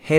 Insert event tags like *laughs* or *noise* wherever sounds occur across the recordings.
Hey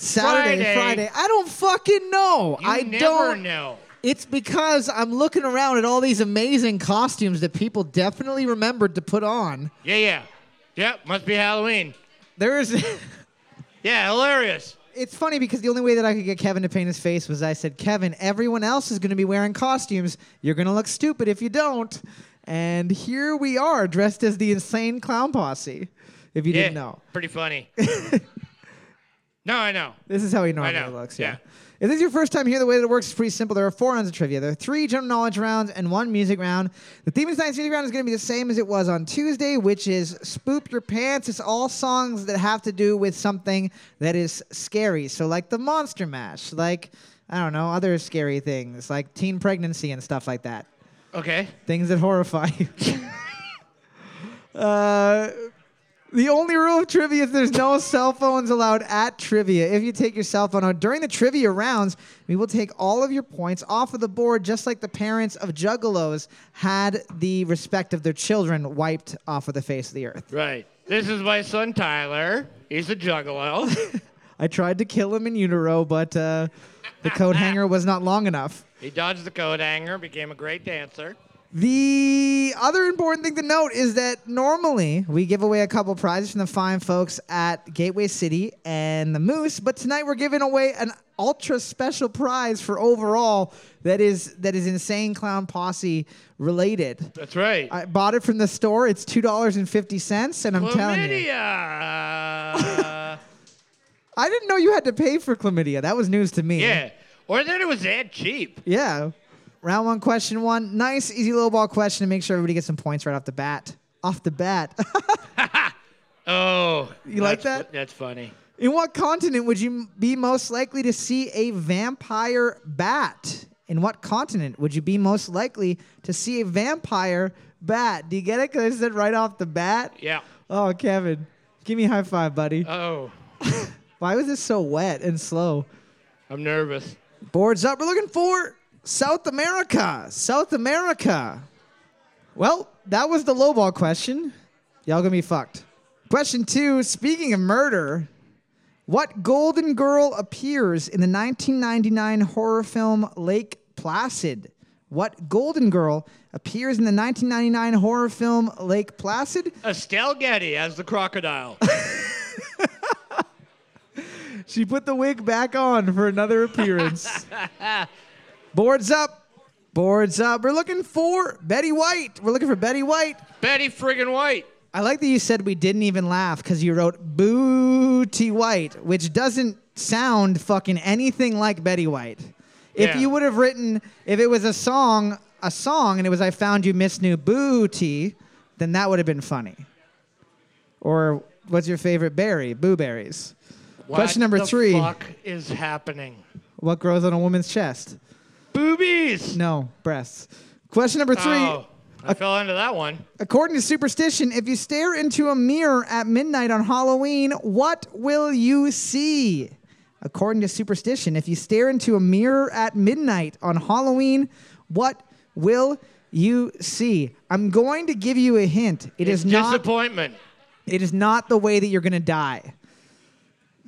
Saturday, Friday. Friday. I don't fucking know. You I never don't know. It's because I'm looking around at all these amazing costumes that people definitely remembered to put on. Yeah, yeah. Yep, must be Halloween. There is. *laughs* Yeah, hilarious. It's funny because the only way that I could get Kevin to paint his face was I said, Kevin, everyone else is going to be wearing costumes. You're going to look stupid if you don't. And here we are, dressed as the insane clown posse. If you yeah, didn't know, *laughs* Pretty funny. no, I know. this is how he normally know, looks. Yeah. yeah. If this is your first time here, the way that it works is pretty simple. There are four rounds of trivia. There are three general knowledge rounds and one music round. The theme of tonight's music round is going to be the same as it was on Tuesday, which is "Spoop Your Pants." It's all songs that have to do with something that is scary. So, like the Monster Mash, like I don't know, other scary things, like teen pregnancy and stuff like that Okay. things that horrify you. uh, the only rule of trivia is there's no cell phones allowed at trivia. If you take your cell phone out during the trivia rounds, we will take all of your points off of the board, just like the parents of juggalos had the respect of their children wiped off of the face of the earth. Right. This is my son Tyler. He's *laughs* a juggalo. I tried to kill him in utero, but uh, the coat hanger was not long enough. he dodged the coat hanger, became a great dancer. The other important thing to note is that normally we give away a couple prizes from the fine folks at Gateway City and the Moose, but tonight we're giving away an ultra special prize for overall that is that is insane clown posse related. That's right. I bought it from the store. It's two dollars and fifty cents, and I'm telling you, *laughs* Chlamydia. I didn't know you had to pay for chlamydia. That was news to me. yeah. Or that it was that cheap. Yeah. Round one, question one. Nice, easy low ball question to make sure everybody gets some points right off the bat. Off the bat. *laughs* Oh. You like that's- that? That's funny. In what continent would you m- be most likely to see a vampire bat? In what continent would you be most likely to see a vampire bat? Do you get it? Because I said right off the bat. Yeah. Oh, Kevin, give me a high five, buddy. Oh. Why was this so wet and slow? I'm nervous. Boards up. We're looking for South America. South America. Well, that was the lowball question. Y'all gonna be fucked. Question two. Speaking of murder, what Golden Girl appears in the 1999 horror film Lake Placid? What Golden Girl appears in the 1999 horror film Lake Placid? Estelle Getty as *laughs* the crocodile. She put the wig back on for another appearance. Boards up. Boards up. We're looking for Betty White. We're looking for Betty White. Betty friggin' White. I like that you said we didn't even laugh because you wrote Booty White, which doesn't sound fucking anything like Betty White. If Yeah. you would have written, if it was a song, a song, and it was I Found You Miss New Booty, then that would have been funny. Or what's your favorite berry? Booberries. Question number the three. Fuck is happening? What grows on a woman's chest? Boobies. No, breasts. Question number three. Oh, I fell into that one. According to superstition, if you stare into a mirror at midnight on Halloween, what will you see? According to superstition, if you stare into a mirror at midnight on Halloween, what will you see? I'm going to give you a hint. It It's is not disappointment. it is not the way that you're going to die.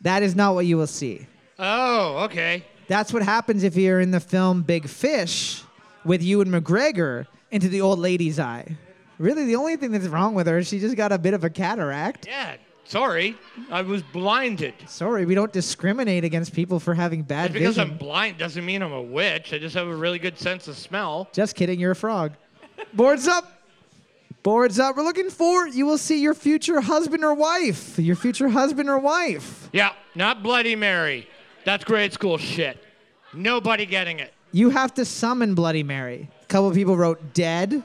That is not what you will see. Oh, okay. That's what happens if you're in the film Big Fish with you and McGregor into the old lady's eye. Really, the only thing that's wrong with her is she just got a bit of a cataract. Yeah. Sorry, I was blinded. Sorry, we don't discriminate against people for having bad Just because vision. I'm blind doesn't mean I'm a witch. I just have a really good sense of smell. Just kidding, you're a frog. Boards up. Boards up. We're looking for you will see your future husband or wife. Your future husband or wife. Yeah, not Bloody Mary. That's grade school shit. Nobody getting it. You have to summon Bloody Mary. A couple of people wrote dead,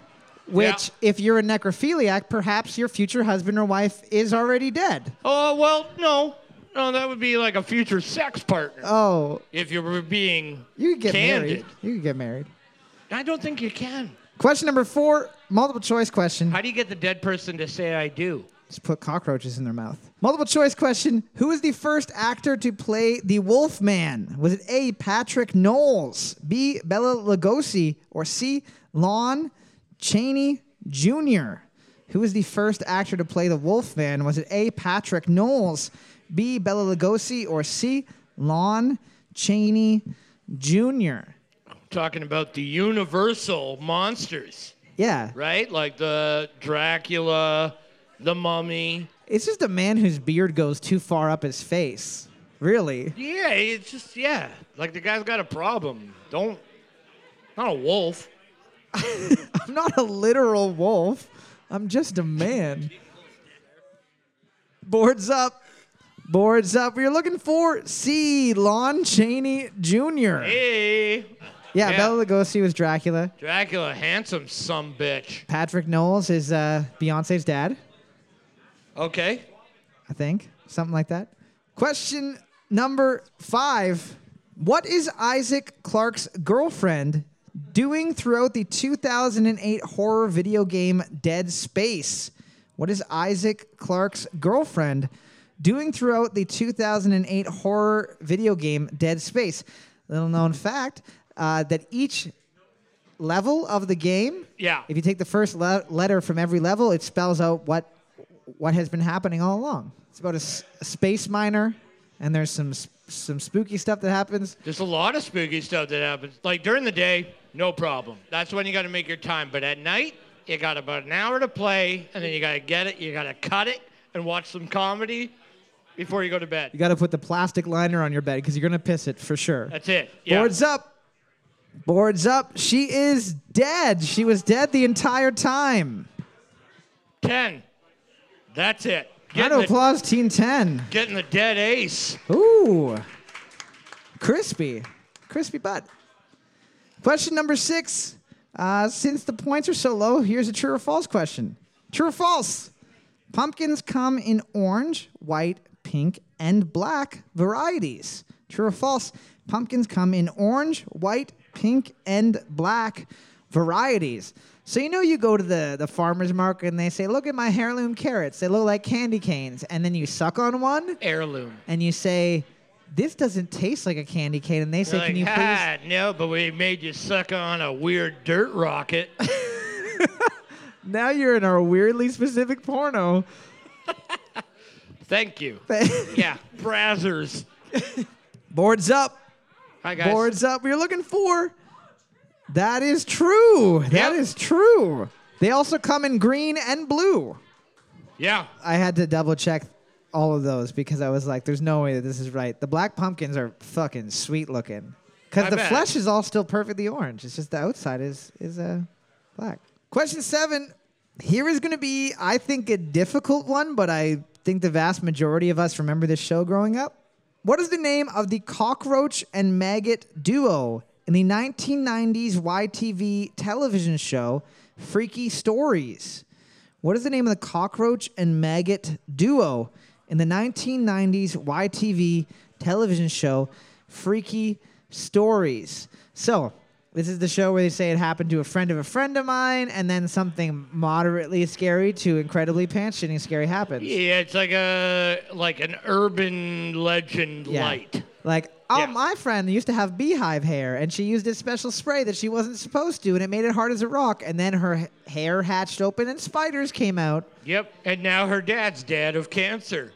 which, if you're a necrophiliac, perhaps your future husband or wife is already dead. Oh well, no. No, that would be like a future sex partner. Oh, if you were being you could get candid. married. You could get married. I don't think you can. Question number four, multiple choice question. How do you get the dead person to say I do? Just put cockroaches in their mouth. Multiple choice question. Who is the first actor to play the Wolfman? Was it A. Patrick Knowles, B. Bella Lugosi, or C. Lon Chaney Jr.? Who was the first actor to play the Wolfman? Was it A. Patrick Knowles, B. Bella Lugosi, or C. Lon Chaney Jr.? Talking about the universal monsters, Yeah. right? Like the Dracula, the mummy. It's just a man whose beard goes too far up his face. Really? *laughs* Yeah, it's just yeah. Like the guy's got a problem. Don't not a wolf. I'm not a literal wolf. I'm just a man. Boards up. Boards up. We're looking for C. Lon Chaney Jr. Hey. Yeah, yeah. Bella Lugosi was Dracula. Dracula, handsome some bitch. Patrick Knowles is uh, Beyonce's dad, Okay. I think. Something like that. Question number five What is Isaac Clarke's girlfriend doing throughout the 2008 horror video game Dead Space? What is Isaac Clarke's girlfriend doing throughout the 2008 horror video game Dead Space? Little known fact uh, that each level of the game, Yeah. if you take the first le- letter from every level, it spells out what what has been happening all along. It's about a, s- a space miner, and there's some s- some spooky stuff that happens. There's a lot of spooky stuff that happens. Like during the day, no problem. That's when you got to make your time. But at night, you got about an hour to play, and then you got to get it, you got to cut it, and watch some comedy before you go to You bed. got to put the plastic liner on your bed because you're gonna piss it for sure. That's it. Uh, Yeah. Boards up. Boards up. She is dead. She was dead the entire time. Ten. That's it. Round Getting of the, applause, Team 10. getting the dead ace. Ooh. Crispy. Crispy butt. Question number six. Uh, since the points are so low, here's a true or false question. True or false? Pumpkins come in orange, white, pink, and black varieties. True or false? Pumpkins come in orange, white, pink, and black varieties. So you know you go to the, the farmer's market and they say, look at my heirloom carrots. They look like candy canes. And then you suck on one Heirloom. and you say, "This doesn't taste like a candy cane," and they say, You're like, "Can *laughs* you please?" "Ha, no, but we made you suck on a weird dirt *laughs* rocket. Now you're in our weirdly specific porno. Thank you. yeah. Brazzers. *laughs* Boards up, Hi guys. boards up. You're looking for. That is true. That Yep. is true. They also come in green and blue. Yeah. I had to double check all of those because I was like, "There's no way that this is right." The black pumpkins are fucking sweet looking because I the bet. flesh is all still perfectly orange. It's just the outside is is uh, black. Question seven. Here is going to be, I think, a difficult one, but I think the vast majority of us remember this show growing up. What is the name of the cockroach and maggot duo in the 1990s YTV television show Freaky Stories? What is the name of the cockroach and maggot duo in the 1990s YTV television show Freaky Stories? So, this is the show where they say it happened to a friend of a friend of mine, and then something moderately scary to incredibly pants shitting scary happens. Yeah, it's like a like an urban legend Yeah. light. Like, oh, Yeah. my friend used to have beehive hair, and she used this special spray that she wasn't supposed to, and it made it hard as a rock. And then her h- hair hatched open, and spiders came out. Yep. And now her dad's dead *laughs* of cancer.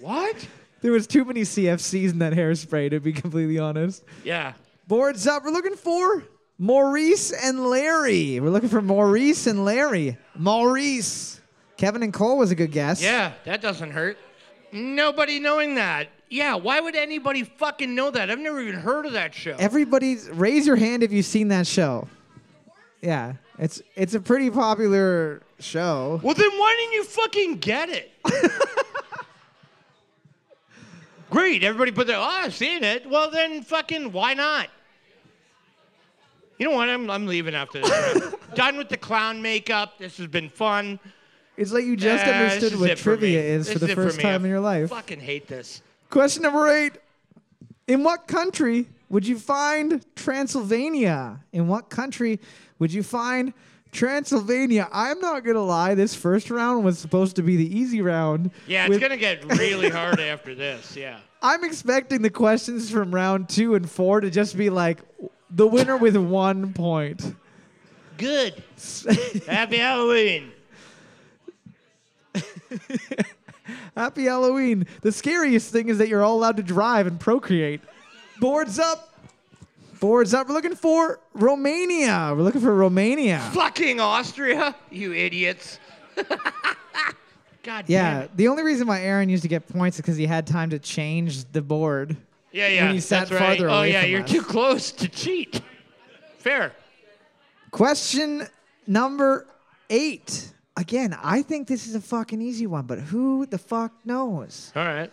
what? There was too many CFCs in that hairspray, to be completely honest. Yeah. Boards up. We're looking for Maurice and Larry. We're looking for Maurice and Larry. Maurice. Kevin and Cole was a good guess. Yeah, that doesn't hurt. Nobody knowing that. Yeah, why would anybody fucking know that? I've never even heard of that show. Everybody, raise your hand if you've seen that show. Yeah, it's it's a pretty popular show. well, then why didn't you fucking get *laughs* it? Great, everybody put their, oh, I've seen it. Well, then fucking, why not? *laughs* You know what? I'm, I'm leaving after this. round. Done with the clown makeup. This has been fun. It's like you just Eh, this understood is what it for me. trivia is for This the it first me. time in your life. Fucking hate this. Question number eight. In what country would you find Transylvania? In what country would you find Transylvania? I'm not going to lie. This first round was supposed to be the easy round. Yeah, it's with- gonna get really hard after this. Yeah. I'm expecting the questions from round two and four to just be like the winner with one point. *laughs* Good. Happy Halloween. Happy Halloween. The scariest thing is that you're all allowed to drive and procreate. Boards up. Boards up. We're looking for Romania. We're looking for Romania. Fucking Austria, you idiots. God damn Yeah, it. the only reason why Aaron used to get points is because he had time to change the board. Yeah, yeah. you sat that's right. farther oh away yeah, from you're us. too close to cheat. Fair. Question number eight. Again, I think this is a fucking easy one, but who the fuck knows? All right.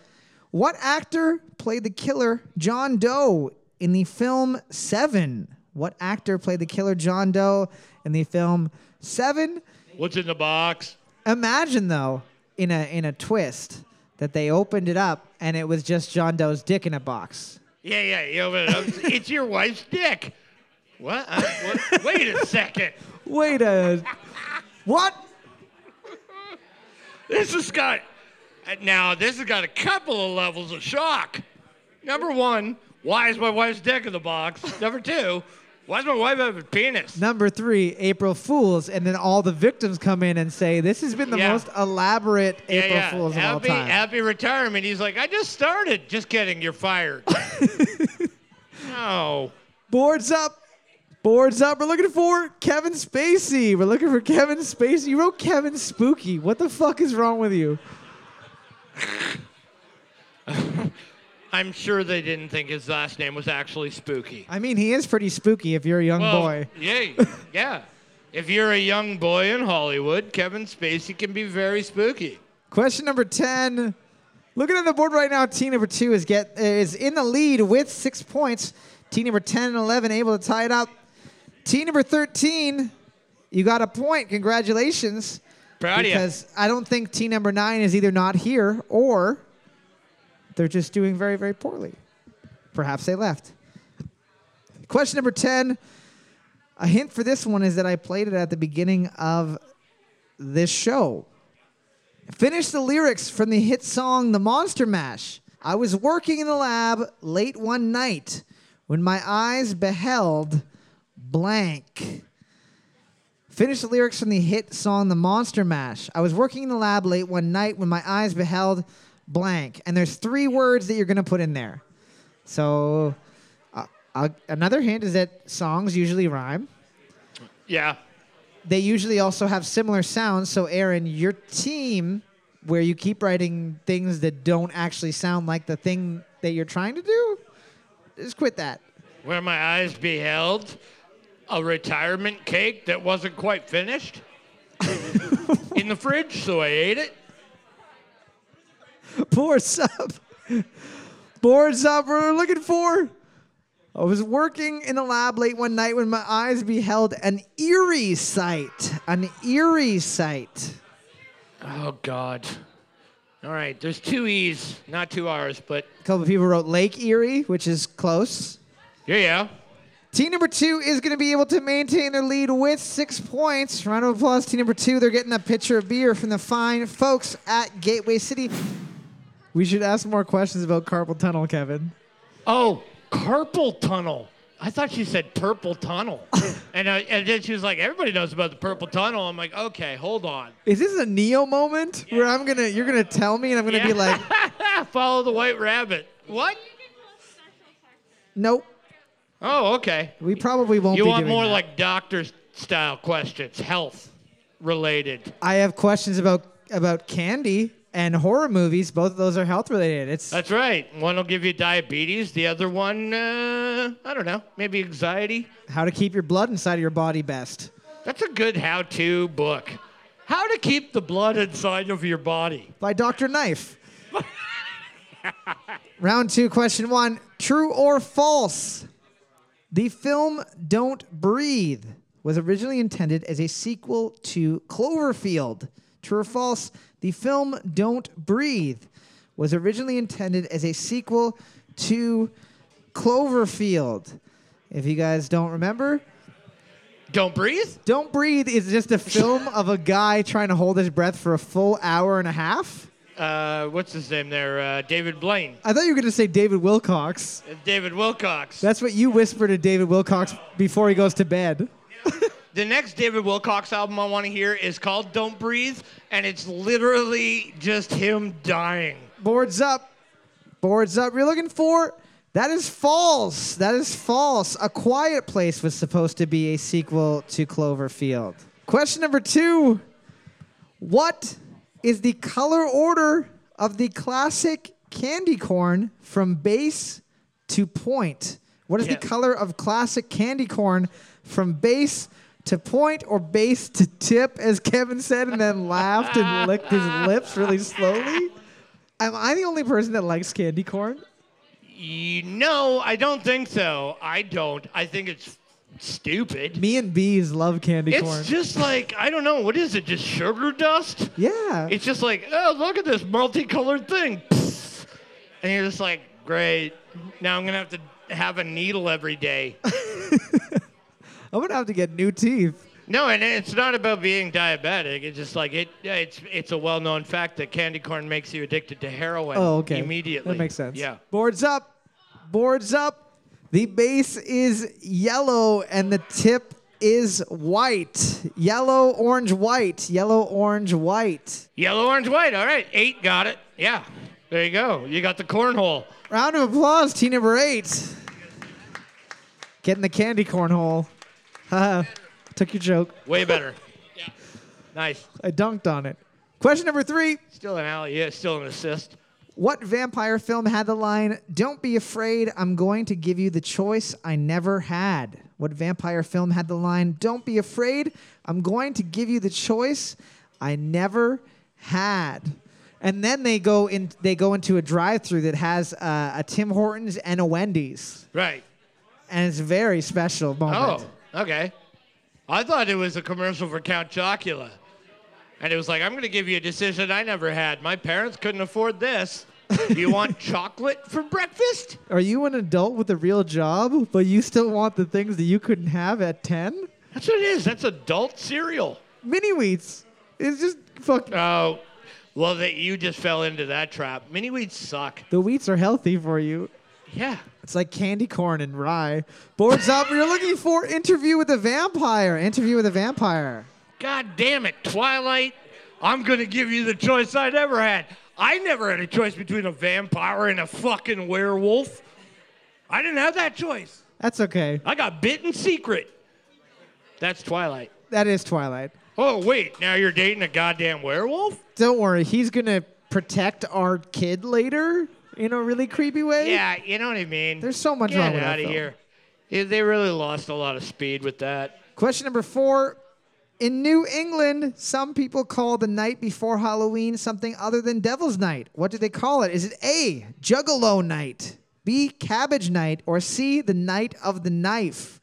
What actor played the killer John Doe in the film Seven? What actor played the killer John Doe in the film Seven? What's in the box? Imagine though, in a in a twist, that they opened it up and it was just John Doe's dick in a box. Yeah, yeah. You open it up. it's your wife's dick. What? I, what? Wait a second. Wait a *laughs* what? This has got uh, now. This has got a couple of levels of shock. Number one, why is my wife's dick in the box? Number two, why does my wife have a penis? Number three, April Fools, and then all the victims come in and say, "This has been the Yeah. most elaborate Yeah, April yeah. Fools of all happy, time." happy retirement. He's like, I just started. Just kidding. *laughs* You're fired. no. Boards up. Boards up. We're looking for Kevin Spacey. We're looking for Kevin Spacey. You wrote Kevin Spooky. What the fuck is wrong with you? I'm sure they didn't think his last name was actually Spooky. I mean, he is pretty spooky if you're a young Well, boy. Yay. Yeah. If you're a young boy in Hollywood, Kevin Spacey can be very spooky. Question number 10. Looking at the board right now, team number 2 is get is in the lead with 6 points. Team number 10 and 11 able to tie it up. Team number 13, you got a point. Congratulations. Proud of you. because I don't think team number nine is either not here or they're just doing very, very poorly. Perhaps they left. Question number 10. A hint for this one is that I played it at the beginning of this show. Finish the lyrics from the hit song The Monster Mash. I was working in the lab late one night when my eyes beheld blank. Finished the lyrics from the hit song The Monster Mash. I was working in the lab late one night when my eyes beheld blank. And there's three words that you're going to put in there. So, uh, i another hint is that songs usually rhyme. Yeah. They usually also have similar sounds. So, Aaron, your team, where you keep writing things that don't actually sound like the thing that you're trying to do, just quit that. Where my eyes beheld a retirement cake that wasn't quite *laughs* finished in the fridge, so I ate it. boards up. Boards up. We're looking for. I was working in the lab late one night when my eyes beheld an eerie sight. An eerie sight. Oh, God. All right, there's two E's, not two R's, but A couple of people wrote Lake Erie, which is close. yeah, yeah. Team number two is going to be able to maintain their lead with six points. Round of applause, team number two. They're getting a pitcher of beer from the fine folks at Gateway City. We should ask more questions about carpal tunnel, Kevin. Oh, carpal tunnel. I thought she said *laughs* purple tunnel. and, I, and then she was like, everybody knows about the purple tunnel. I'm like, okay, hold on. Is this a Neo moment where I'm gonna you're gonna tell me and I'm gonna be Yeah. *laughs* like, Follow the white rabbit. What? nope, Oh, okay. we probably won't. You be want doing more that. like doctor style questions, health related. I have questions about about candy and horror movies. Both of those are health related. It's That's right. One will give you diabetes, the other one, uh, I don't know, maybe anxiety. how to keep your blood inside of your body best. That's a good how to book. How to keep the blood inside of your body. by Dr. Knife. Round two, question one True or false? The film Don't Breathe was originally intended as a sequel to Cloverfield. True or false? The film Don't Breathe was originally intended as a sequel to Cloverfield. If you guys don't remember, Don't breathe. Don't Breathe is just a film of a guy trying to hold his breath for a full hour and a half. Uh, what's his name there? Uh, David Blaine. I thought you were going to say David Wilcox. It's David Wilcox. That's what you whisper to David Wilcox before he goes to bed. the next David Wilcox album I want to hear is called Don't Breathe, and it's literally just him dying. Boards up. Boards up. You're looking for. That is false. That is false. A Quiet Place was supposed to be a sequel to Cloverfield. Question number two What is the color order of the classic candy corn from base to point? What is Yeah. the color of classic candy corn from base to point or base to tip, as Kevin said, and then laughed and licked his lips really slowly? Am I the only person that likes candy corn? You know, I don't think so. I don't. I think it's stupid. Me and bees love candy corn. It's just like I don't know what is it? Just sugar dust? yeah. It's just like oh look at this multicolored thing, Pfft. and you're just like great. Now I'm gonna have to have a needle *laughs* every day. I'm gonna have to get new teeth. No, and it's not about being diabetic. It's just like it. yeah, It's it's a well-known fact that candy corn makes you addicted to heroin. Oh, okay. Immediately. That makes sense. Yeah. Boards up. Boards up. The base is yellow and the tip is white. Yellow, orange, white. Yellow, orange, white. Yellow, orange, white. All right. Eight got it. Yeah. There you go. You got the cornhole. Round of applause, team number eight. Getting the candy corn hole. *laughs* Haha. Took your joke. *laughs* Way better. yeah. Nice. I dunked on it. Question number three. Still an alley. Yeah. Still an assist. What vampire film had the line, Don't be afraid, I'm going to give you the choice I never had? What vampire film had the line, Don't be afraid, I'm going to give you the choice I never had? And then they go in. They go into a drive-through that has uh, a Tim Hortons and a Wendy's, Right. and it's a very special moment. Oh. Okay. I thought it was a commercial for Count Chocula, and it was like, I'm gonna give you a decision I never had. My parents couldn't afford this. Do *laughs* you want chocolate for breakfast? Are you an adult with a real job, but you still want the things that you couldn't have at ten? That's what it is. That's adult cereal. Mini wheats. It's just fucking Oh, well, that you just fell into that trap. Mini weeds suck. The wheats are healthy for you. Yeah. It's like candy corn and rye. Boards up. You're looking for Interview with a Vampire. Interview with a Vampire. God damn it, Twilight. I'm going to give you the choice I never had. I never had a choice between a vampire and a fucking werewolf. I didn't have that choice. That's okay. I got bit in secret. That's Twilight. That is Twilight. Oh, wait. Now you're dating a goddamn werewolf? Don't worry. He's going to protect our kid later in a really creepy way. Yeah, you know what I mean. There's so much Get wrong with that out of film. here. Yeah, They really lost a lot of speed with that. Question number four. In New England, some people call the night before Halloween something other than Devil's Night. What do they call it? Is it A, Juggalo Night, B, Cabbage Night, or C, the Night of the Knife?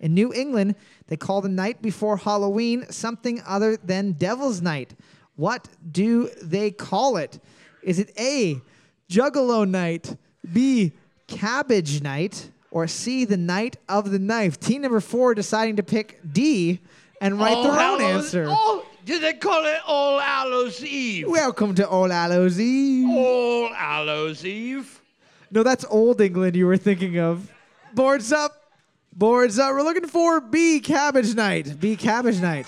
In New England, they call the night before Halloween something other than Devil's Night. What do they call it? Is it A, Juggalo Night, B, Cabbage Night, or C, the Night of the Knife? Team number four deciding to pick D and write All their own Hallows- answer. Oh, do they call it All Hallows Eve? Welcome to Old Hallows Eve. All Hallows Eve. No, that's Old England you were thinking of. Boards up. Boards up. We're looking for B, Cabbage Night. B, Cabbage Night.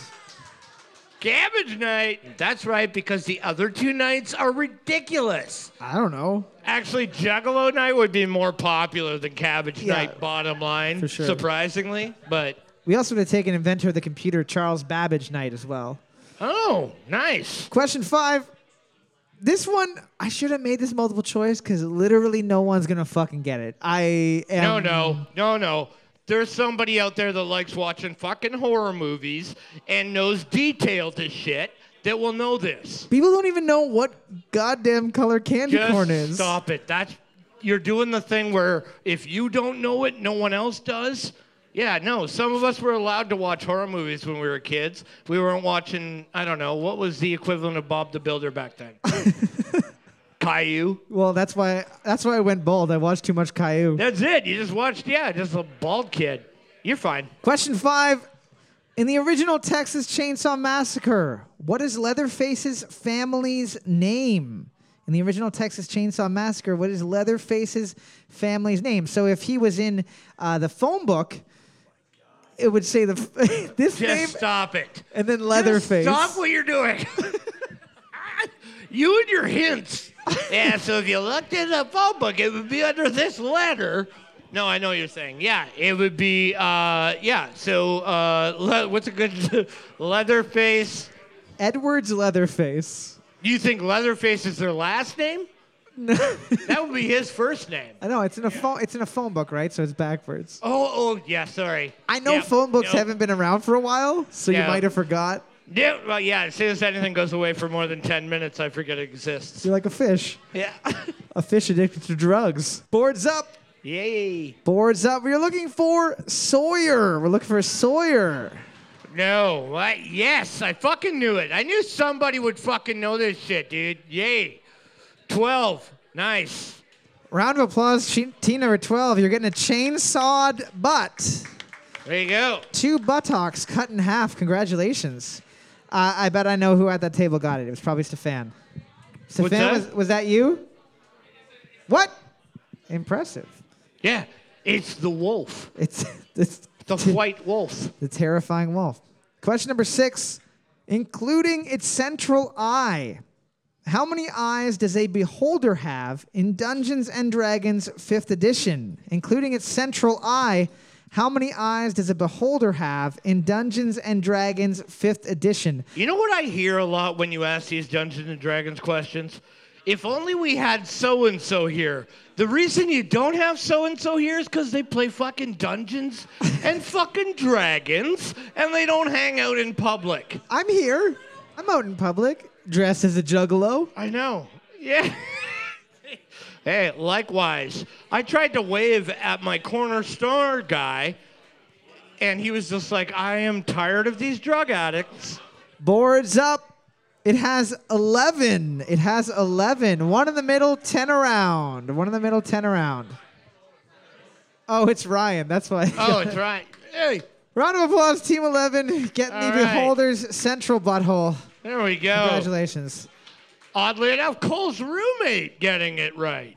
Cabbage night. That's right, because the other two nights are ridiculous. I don't know. Actually, Juggalo night would be more popular than Cabbage Yeah, night, bottom line, for sure. surprisingly. But, We also would have taken inventor of the computer Charles Babbage Knight as well. oh, nice. Question five. This one, I should have made this multiple choice because literally no one's gonna fucking get it. I am. No, no, no, no. There's somebody out there that likes watching fucking horror movies and knows detail to shit that will know this. People don't even know what goddamn color candy Just corn is. stop it. That's you're doing the thing where if you don't know it, no one else does. Yeah, no. Some of us were allowed to watch horror movies when we were kids. We weren't watching. I don't know what was the equivalent of Bob the Builder back then. Caillou. Well, that's why that's why I went bald. I watched too much Caillou. That's it. You just watched. Yeah, just a bald kid. You're fine. Question five. In the original Texas Chainsaw Massacre, what is Leatherface's family's name? In the original Texas Chainsaw Massacre, what is Leatherface's family's name? So if he was in uh, the phone book, it would say the *laughs* f- this Just name stop it. and then Just Leatherface. Stop what you're doing. *laughs* you and your hints. yeah, so if you looked in the phone book, it would be under this letter. No, I know what you're saying. Yeah, it would be, uh, yeah, so uh, le- what's a good *laughs* Leatherface? Edwards Leatherface. You think Leatherface is their *laughs* last name? that would be his first name. I know it's in a phone. It's in a phone book, right? So it's backwards. Oh, oh, yeah, sorry. I know Yeah, phone books no. haven't been around for a while, so you Yeah. might have forgot. Yeah, well, yeah, as soon as anything goes away for more than 10 minutes, I forget it exists. You're like a fish. *laughs* Yeah. A fish addicted to drugs. Boards up. Yay. Boards up. We're looking for Sawyer. We're looking for Sawyer. No, what? Yes, I fucking knew it. I knew somebody would fucking know this shit, dude. Yay. 12. Nice. Round of applause, che- team number 12. You're getting a chainsawed butt. There you go. Two buttocks cut in half. Congratulations. Uh, I bet I know who at that table got it. It was probably Stefan. Stefan, that? Was, was that you? What? Impressive. Yeah, it's the wolf, It's, *laughs* it's the white wolf. The terrifying wolf. Question number six, including its central eye. How many eyes does a beholder have in Dungeons and Dragons 5th edition? Including its central eye, how many eyes does a beholder have in Dungeons and Dragons 5th edition? You know what I hear a lot when you ask these Dungeons and Dragons questions? If only we had so and so here. The reason you don't have so and so here is because they play fucking dungeons and fucking dragons and they don't hang out in public. I'm here. I'm out in public, dressed as a juggalo. I know. Yeah. *laughs* hey, likewise. I tried to wave at my corner store guy, and he was just like, I am tired of these drug addicts. Boards up. It has 11. It has 11. One in the middle, 10 around. One in the middle, 10 around. Oh, it's Ryan. That's why. *laughs* Oh, it's right. Hey, *laughs* Round of applause, Team 11, getting All the right. Oh. Beholder's central butthole. there we go. Congratulations. Oddly enough, Cole's roommate getting it right.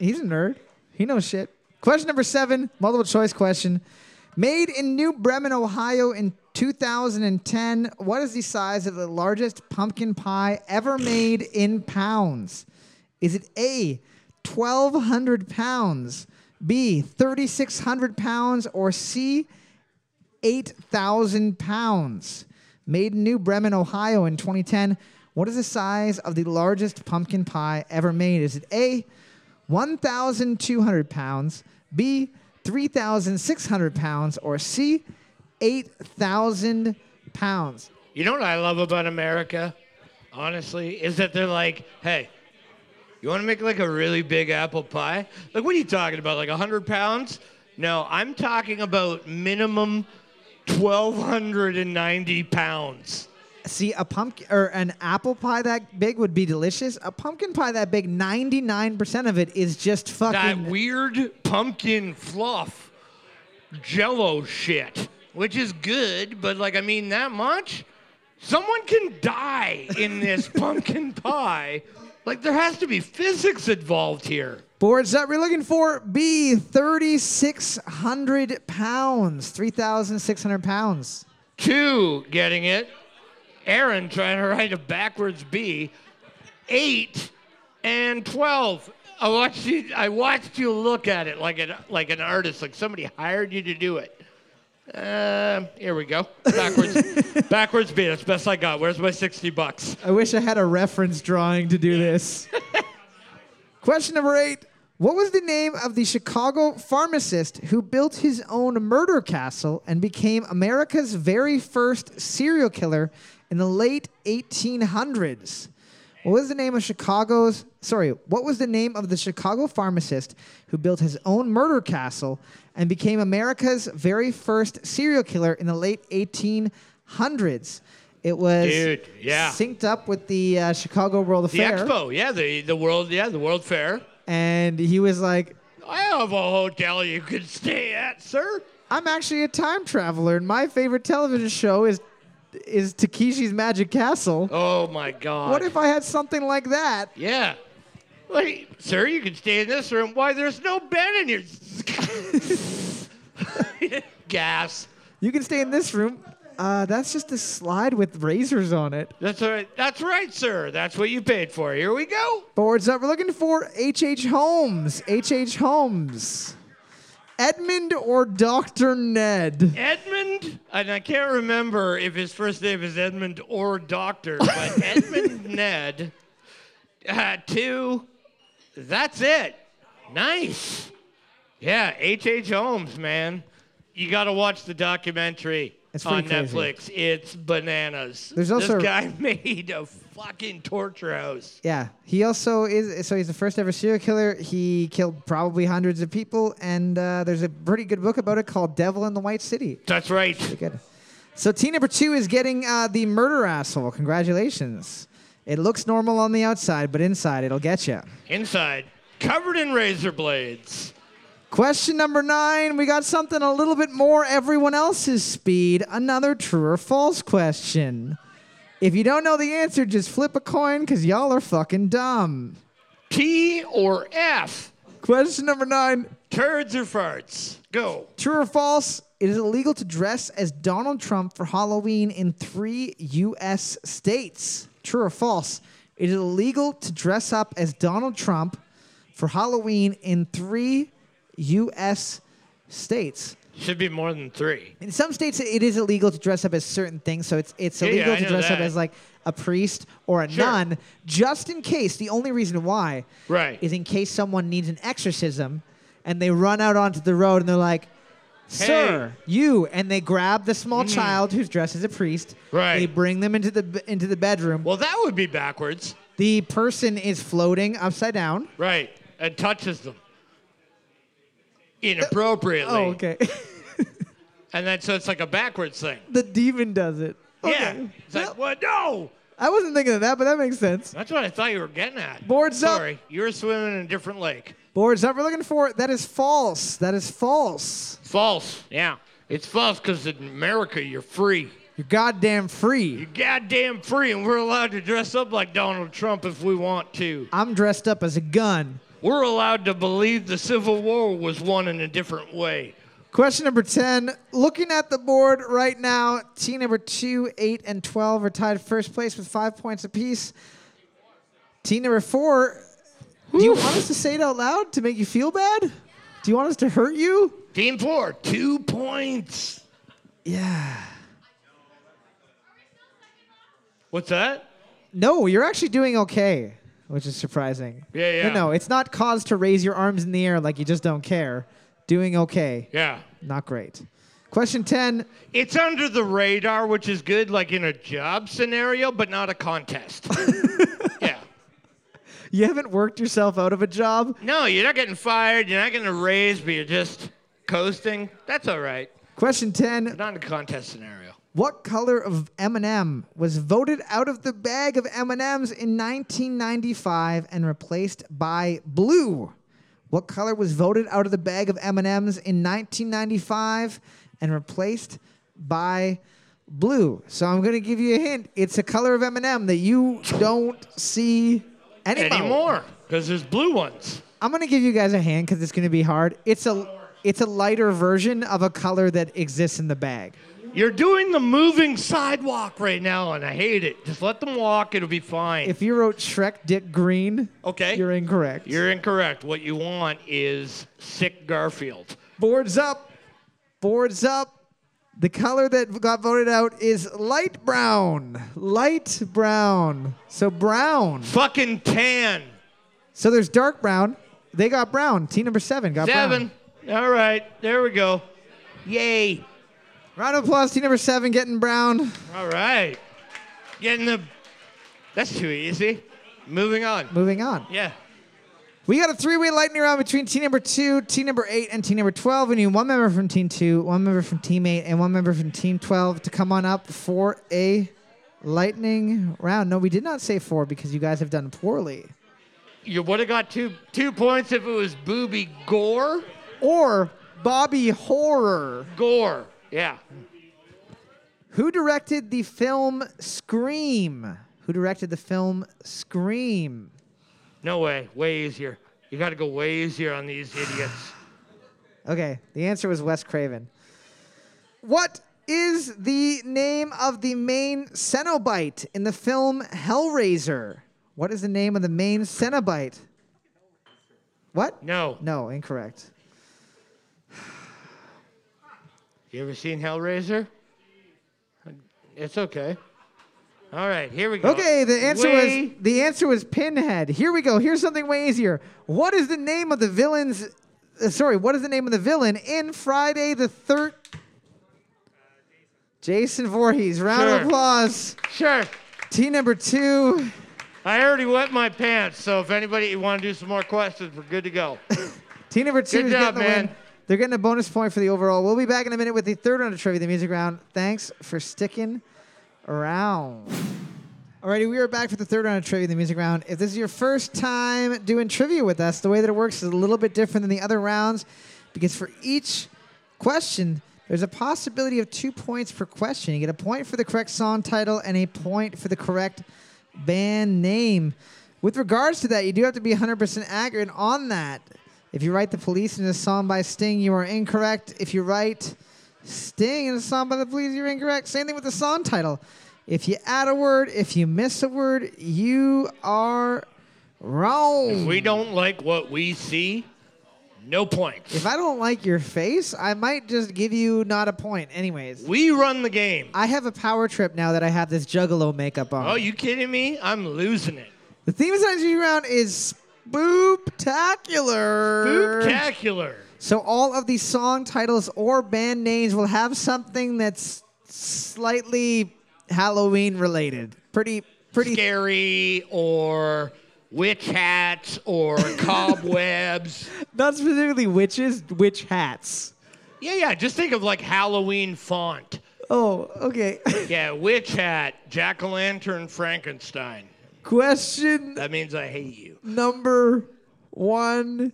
He's a nerd. He knows shit. Question number seven, multiple choice question. Made in New Bremen, Ohio in 2010, what is the size of the largest pumpkin pie ever made in pounds? Is it A, 1,200 pounds, B, 3,600 pounds, or C, 8,000 pounds? Made in New Bremen, Ohio in 2010, what is the size of the largest pumpkin pie ever made? Is it A, 1,200 pounds, B, 3,600 pounds, or C, 8,000 pounds. You know what I love about America, honestly, is that they're like, hey, you want to make like a really big apple pie? Like, what are you talking about? Like 100 pounds? No, I'm talking about minimum 1,290 pounds. See, a pumpkin or an apple pie that big would be delicious. A pumpkin pie that big, 99% of it is just That fucking. weird pumpkin fluff, jello shit, which is good, but like, I mean, that much? Someone can die in this pumpkin pie. Like, there has to be physics involved here. Boards up. We're looking for B, 3,600 pounds, 3,600 pounds. Two, getting it. Aaron trying to write a backwards B. Eight and twelve. I watched you. I watched you look at it like an like an artist, like somebody hired you to do it. Um, here we go. Backwards, *laughs* backwards B. That's best I got. Where's my sixty bucks? I wish I had a reference drawing to do this. *laughs* Question number eight What was the name of the Chicago pharmacist who built his own murder castle and became America's very first serial killer in the late 1800s? What was the name of Chicago's? Sorry, what was the name of the Chicago pharmacist who built his own murder castle and became America's very first serial killer in the late 1800s? It was Dude, yeah. synced up with the uh, Chicago World The Affair, expo, yeah, the the world, yeah, the World Fair. and he was like, I have a hotel you can stay at, sir. I'm actually a time traveler, and my favorite television show is is Takeshi's Magic Castle. Oh my God. What if I had something like that? Yeah. Wait, sir, you can stay in this room. Why, there's no bed in here. *laughs* Gas. You can stay in this room. Uh, that's just a slide with razors on it. That's all right. That's right, sir. That's what you paid for. Here we go. Boards up. We're looking for H.H. Holmes. H.H. Holmes. Edmund or Dr. Ned? Edmund, and I can't remember if his first name is Edmund or Doctor, *laughs* but Edmund Ned, uh, two, that's it. Nice. Yeah, H.H. Holmes, man. You got to watch the documentary It's on pretty crazy. Netflix. It's bananas. There's also- this guy *laughs* made a fucking torture house. Yeah. He also is, so he's the first ever serial killer. He killed probably hundreds of people, and uh, there's a pretty good book about it called Devil in the White City. That's right. Good. So team number two is getting uh, the murder asshole. Congratulations. It looks normal on the outside, but inside it'll get you. Inside, covered in razor blades. Question number nine. We got something a little bit more everyone else's speed. Another true or false question. If you don't know the answer, just flip a coin because y'all are fucking dumb. T or F? Question number nine. Turds or farts? Go. True or false? It is illegal to dress as Donald Trump for Halloween in three U.S. states. True or false? It is illegal to dress up as Donald Trump for Halloween in three U.S. states. Should be more than three. In some states, it is illegal to dress up as certain things. So it's it's Yeah, yeah, illegal I to know dress up that. as like a priest or a Sure. nun, just in case. The only reason why Right. is in case someone needs an exorcism, and they run out onto the road and they're like, "Sir, you!" and they grab the small child who's dressed as a priest. Mm. Right. They bring them into the b- into the bedroom. well, that would be backwards. the person is floating upside down. Right. And touches them inappropriately. Oh, okay. *laughs* And then so it's like a backwards thing. the demon does it. Yeah. Okay. It's like, what? No. I wasn't thinking of that, but that makes sense. That's what I thought you were getting at. Boards up. Sorry. You were swimming in a different lake. Boards up. We're looking for that is false. That is false. False. Yeah. It's false because in America, you're free. You're goddamn free. You're goddamn free, and we're allowed to dress up like Donald Trump if we want to. I'm dressed up as a gun. We're allowed to believe the Civil War was won in a different way. Question number 10. Looking at the board right now, team number 2, 8, and 12 are tied first place with five points apiece. Team number 4, do you want us to say it out loud to make you feel bad? Do you want us to hurt you? Team four, two points. Yeah. What's that? No, you're actually doing okay, which is surprising. Yeah, yeah. No, no, it's not cause to raise your arms in the air like you just don't care. Doing okay. Yeah. Not great. Question 10. It's under the radar, which is good, like in a job scenario, but not a contest. *laughs* yeah. You haven't worked yourself out of a job. No, you're not getting fired. You're not getting a raise, but you're just coasting. That's all right. Question 10. Not in a contest scenario. What color of M&M was voted out of the bag of M&Ms in 1995 and replaced by blue? What color was voted out of the bag of M&Ms in 1995 and replaced by blue? So I'm going to give you a hint. It's a color of M&M that you don't see anymore. Anymore, because there's blue ones. I'm gonna give you guys a hand because it's gonna be hard. It's a it's a lighter version of a color that exists in the bag. You're doing the moving sidewalk right now, and I hate it. Just let them walk. It'll be fine. If you wrote Shrek Dick Green, Okay. you're incorrect. you're incorrect. What you want is sick Garfield. boards up, boards up. The color that got voted out is light brown, light brown. So brown. Fucking tan. So there's dark brown. They got brown. Team number seven got Seven. brown. All right. There we go. Yay. Round of applause. Team number seven getting brown. All right. Getting the. That's too easy. Moving on. Moving on. Yeah. We got a three-way lightning round between team number two, team number eight, and team number twelve. We need one member from team two, one member from team eight, and one member from team twelve to come on up for a lightning round. No, we did not say four because you guys have done poorly. You would have got two two points if it was Booby Gore. Or Bobby Horror, Gore. Yeah. who directed the film Scream. Who directed the film Scream? No way. Way easier. You got to go way easier on these idiots. Okay, the answer was Wes Craven. What is the name of the main Cenobite in the film Hellraiser? What is the name of the main Cenobite? What? No. No, incorrect. You ever seen Hellraiser? It's okay. All right, here we go. Okay, the answer Way- was the answer was Pinhead. Here we go. Here's something way easier. What is the name of the villain's uh, sorry, what is the name of the villain in Friday the 13th? Jason Voorhees. Round Sure. of applause. Sure. Team number 2. I already wet my pants, so if anybody want to do some more questions, we're good to go. Team number two Good is getting job, the win. man. They're getting a bonus point for the overall. We'll be back in a minute with the third round of trivia, the music round. Thanks for sticking around. Alrighty, we are back for the third round of trivia, the music round. If this is your first time doing trivia with us, the way that it works is a little bit different than the other rounds because for each question, there's a possibility of two points per question. You get a point for the correct song title and a point for the correct band name. With regards to that, you do have to be 100% accurate on that. If you write The Police in a song by Sting, you are incorrect. If you write Sting in a song by The Police, you're incorrect. Same thing with the song title. If you add a word, if you miss a word, you are wrong. we don't like what we see. No points. If I don't like your face, I might just give you not a point. Anyways, We run the game. I have a power trip now that I have this Juggalo makeup on. Oh, you kidding me? I'm losing it. the theme of tonight's music round is spooptacular. Spectacular. So all of the song titles or band names will have something that's slightly Halloween related. Pretty, pretty. Scary or witch hats or cobwebs. Not specifically witches, witch hats. Yeah, yeah. Just think of like Halloween font. Oh, okay. *laughs* Yeah, witch hat, jack o' lantern, Frankenstein. Question That means I hate you. number one.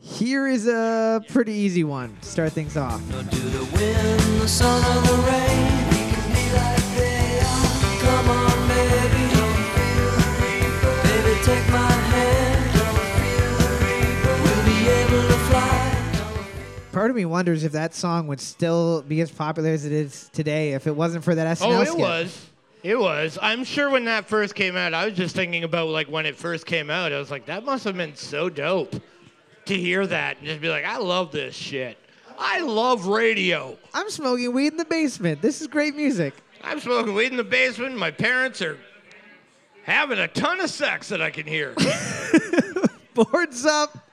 Here is a pretty easy one. to Start things off. Do the wind, the sun, or the rain, we can be like they are. Come on, baby, don't feel the reaper. Baby, take my hand, don't feel the reaper. We'll be able to fly. Part of me wonders if that song would still be as popular as it is today if it wasn't for that SNL Oh, it skit. was. It was. I'm sure when that first came out, I was just thinking about like when it first came out. I was like, that must have been so dope to hear that and just be like, I love this shit. I love radio. I'm smoking weed in the basement. This is great music. *laughs* I'm smoking weed in the basement. My parents are having a ton of sex that I can *laughs* hear. Boards up.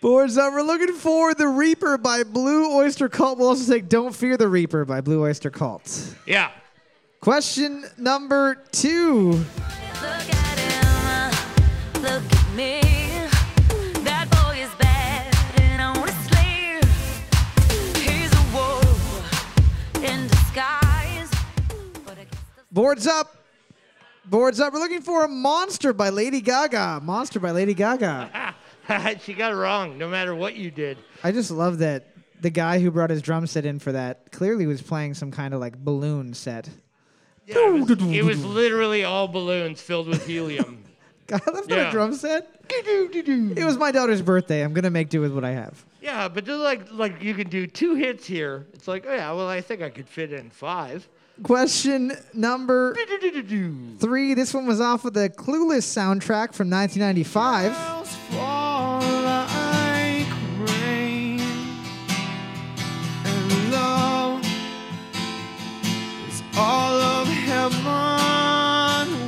Boards up. We're looking for The Reaper by Blue Oyster Cult. We'll also take Don't Fear the Reaper by Blue Oyster Cult. yeah. *laughs* Question number two. Look at him, look at me. That boy is bad, and honestly, he's a wolf in disguise. But I guess the Boards up. Boards up. We're looking for a monster by Lady Gaga. Monster by Lady Gaga. she got it wrong, no matter what you did. I just love that the guy who brought his drum set in for that clearly was playing some kind of like balloon set. *laughs* Yeah, it, was, it was literally all balloons filled with helium. God, that's not Yeah. a drum set. It was my daughter's birthday. I'm gonna make do with what I have. yeah, but just like like you can do two hits here. It's like, oh yeah, well I think I could fit in five. Question number three. This one was off of the Clueless soundtrack from 1995. Fall like rain, and love is all of heaven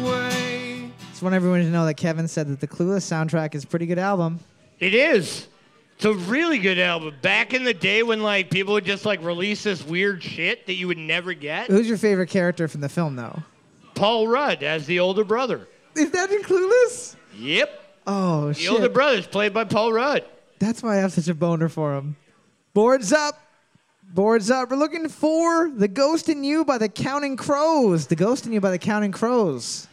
way. Just want everyone to know that Kevin said that the Clueless soundtrack is a pretty good album. It is. It's a really good album. Back in the day when like people would just like release this weird shit that you would never get. Who's your favorite character from the film, though? Paul Rudd as the older brother. Is that in Clueless? Yep. Oh The older shit! brother's played by Paul Rudd. That's why I have such a boner for him. Boards up, boards up. We're looking for "The Ghost in You" by the Counting Crows. "The Ghost in You" by the Counting Crows.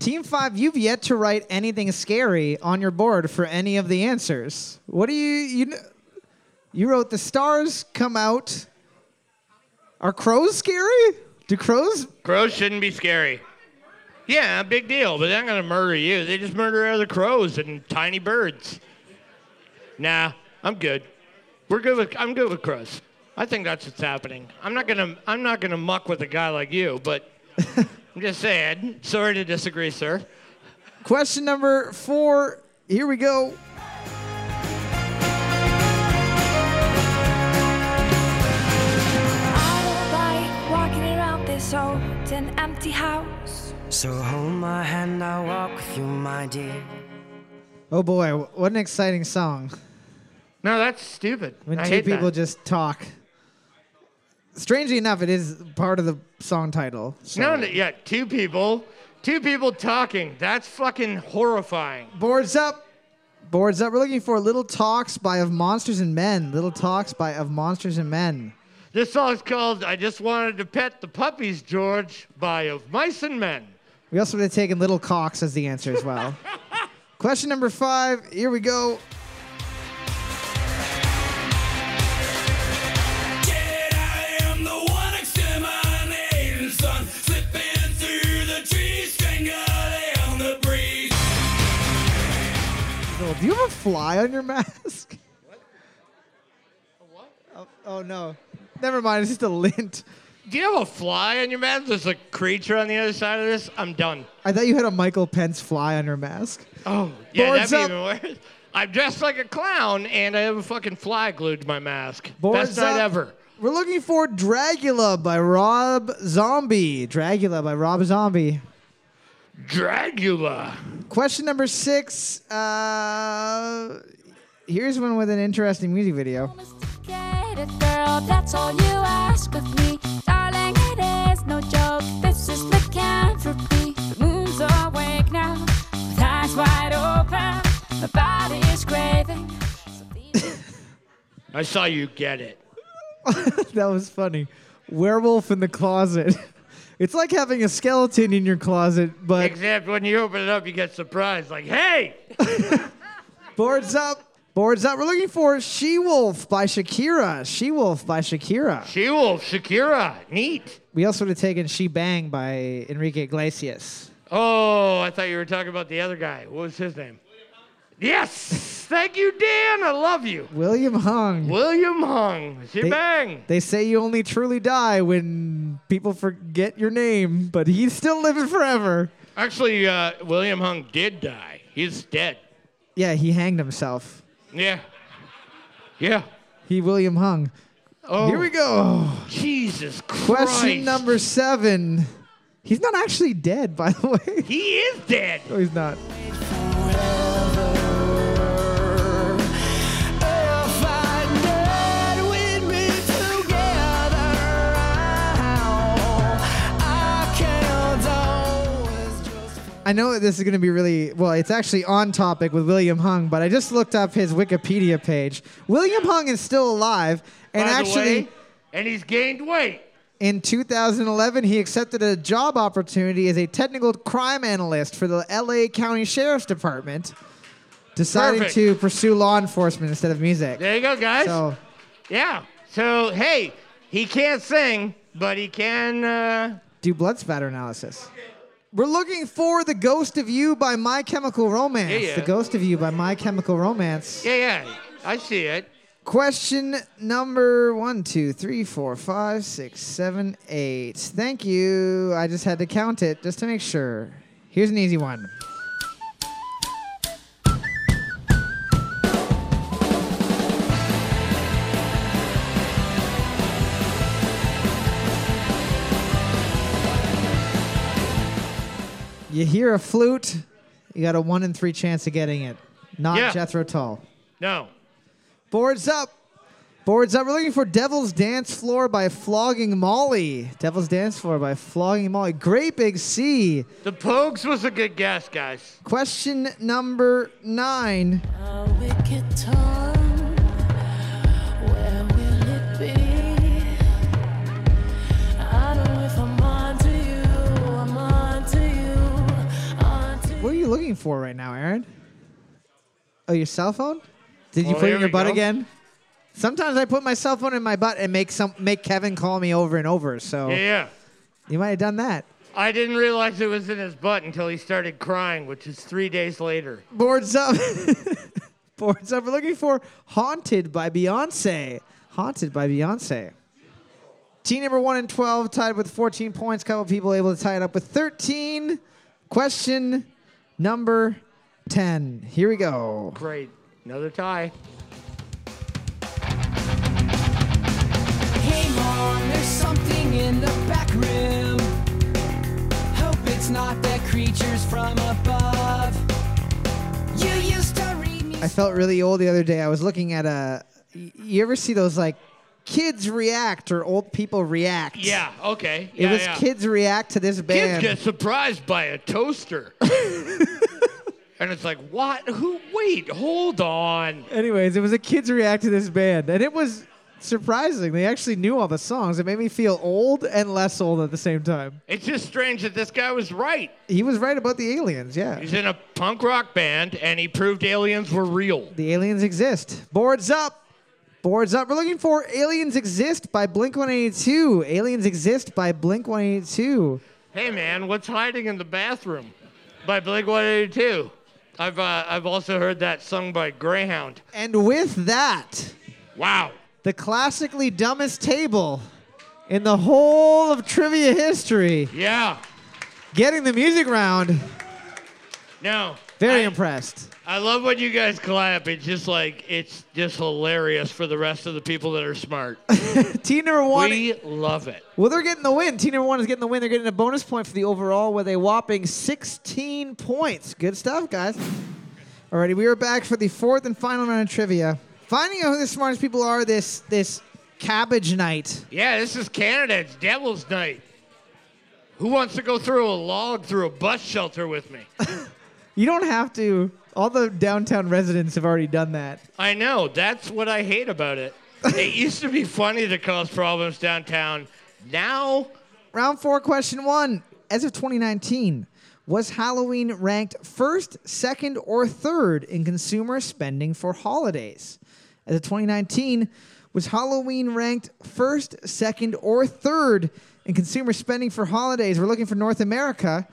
Team five, you've yet to write anything scary on your board for any of the answers. What do you you kn- you wrote? The stars come out. Are crows scary? Do crows? Crows shouldn't be scary. Yeah, big deal, but they're not gonna murder you. They just murder other crows and tiny birds. Nah, I'm good. We're good with I'm good with crows. I think that's what's happening. I'm not gonna I'm not gonna muck with a guy like you, *laughs* but I'm just saying. Sorry to disagree, sir. Question number four. Here we go. I don't like walking around this old and empty house. So hold my hand, I'll walk with you, my dear. Oh boy, wh- what an exciting song. No, that's stupid. When I two hate people that. just talk. Strangely enough, it is part of the song title. so- No, no, yeah, two people, two people talking. That's fucking horrifying. Boards up. Boards up. We're looking for Little Talks by Of Monsters and Men. Little Talks by Of Monsters and Men. This song's called I Just Wanted to Pet the Puppies, George, by Of Mice and Men. We also would have taken Little Cocks as the answer as *laughs* well. Question number five. Here we go. Dead, I am the one exterminating sun, slipping through the trees, strangling on the breeze. Joel, do you have a fly on your mask? What? Oh, oh no. Never mind. It's just a lint. Do you have a fly on your mask? There's a creature on the other side of this. I'm done. I thought you had a Michael Pence fly on your mask. Oh, yeah, Boards that'd be even worse. I'm dressed like a clown and I have a fucking fly glued to my mask. Boards Best night up. ever. We're looking for Dragula by Rob Zombie. Dragula by Rob Zombie. Dragula. Question number six. Uh, here's one with an interesting music video. *laughs* Domesticated girl, that's all you ask of me. Darling, it is no joke. This is lycanthropy. The moon's awake now, with eyes wide open. My body is craving. I saw you get it. that was funny. Werewolf in the closet. *laughs* it's like having a skeleton in your closet, but Except when you open it up, you get surprised. Like, hey, boards up. Boards up. We're looking for She Wolf by Shakira. She Wolf by Shakira. she wolf, Shakira. Neat. We also would have taken She Bang by Enrique Iglesias. Oh, I thought you were talking about the other guy. What was his name? Yes. Thank you, Dan. I love you. William Hung. William Hung. She They- bang. They say you only truly die when people forget your name, but he's still living forever. Actually, uh, William Hung did die. He's dead. Yeah, he hanged himself. Yeah. Yeah. He William Hung. Oh, Here we go. Jesus Christ. Question number seven. He's not actually dead, by the *laughs* way. He is dead. No, he's not. I know this is going to be really well. It's actually on topic with William Hung, but I just looked up his Wikipedia page. William Hung is still alive, and by the actually, way, and he's gained weight. in 2011, he accepted a job opportunity as a technical crime analyst for the LA County Sheriff's Department, deciding Perfect. to pursue law enforcement instead of music. There you go, guys. So, Yeah. So, hey, he can't sing, but he can. Uh, do blood spatter analysis. We're looking for The Ghost of You by My Chemical Romance. Yeah, yeah. The Ghost of You by My Chemical Romance. yeah, yeah. I see it. Question number one, two, three, four, five, six, seven, eight. Thank you. I just had to count it just to make sure. Here's an easy one. You hear a flute, you got a one in three chance of getting it. Not Yeah. Jethro Tull. No. Boards up. Boards up. We're looking for Devil's Dance Floor by Flogging Molly. Devil's Dance Floor by Flogging Molly. Great Big C. The Pogues was a good guess, guys. Question number nine. A wicked tongue, where will it be? I know if I'm on to you, I'm on to you, on to What are you looking for right now, Aaron? Oh, your cell phone? Did you Oh, put it there in your we butt go. again? Sometimes I put my cell phone in my butt and make some make Kevin call me over and over. So Yeah, yeah. you might have done that. I didn't realize it was in his butt until he started crying, which is three days later. Boards *laughs* up. Boards up. We're looking for Haunted by Beyonce. Haunted by Beyonce. Team number one and 12 tied with 14 points. Couple people able to tie it up with 13. Question number 10. Here we go. Great. Another tie. Hey mom, there's something in the back room. Hope it's not the creatures from above. You used to read me. I felt really old the other day. I was looking at a. y- You ever see those like kids react or old people react? Yeah, okay. It Yeah, was yeah. kids react to this Kids band. get surprised by *laughs* a toaster. and it's like, what? Who? Wait, hold on. Anyways, it was a kids react to this band, and it was surprising. They actually knew all the songs. It made me feel old and less old at the same time. It's just strange that this guy was right. He was right about the aliens. Yeah, He's in a punk rock band and he proved aliens were real. the aliens exist. Boards up. Boards up. We're looking for Aliens Exist by Blink 182. Aliens Exist by Blink 182. Hey man, what's hiding in the bathroom? By Blink 182. I've uh, I've also heard that sung by Greyhound. And with that, Wow. the classically dumbest table in the whole of trivia history. Yeah. Getting the music round, No. very I- impressed. I love when you guys clap. It's just like it's just hilarious for the rest of the people that are smart. Team number one. We love it. well, they're getting the win. Team number one is getting the win. They're getting a bonus point for the overall with a whopping 16 points. Good stuff, guys. Alrighty, we are back for the fourth and final round of trivia. Finding out who the smartest people are this this cabbage night. Yeah, this is Canada. It's Devil's Night. Who wants to go through a log through a bus shelter with me? You don't have to. All the downtown residents have already done that. I know. That's what I hate about it. It used to be funny to cause problems downtown. Now, Round four, question one. As of 2019, was Halloween ranked first, second, or third in consumer spending for holidays? As of 2019, was Halloween ranked first, second, or third in consumer spending for holidays? We're looking for North America.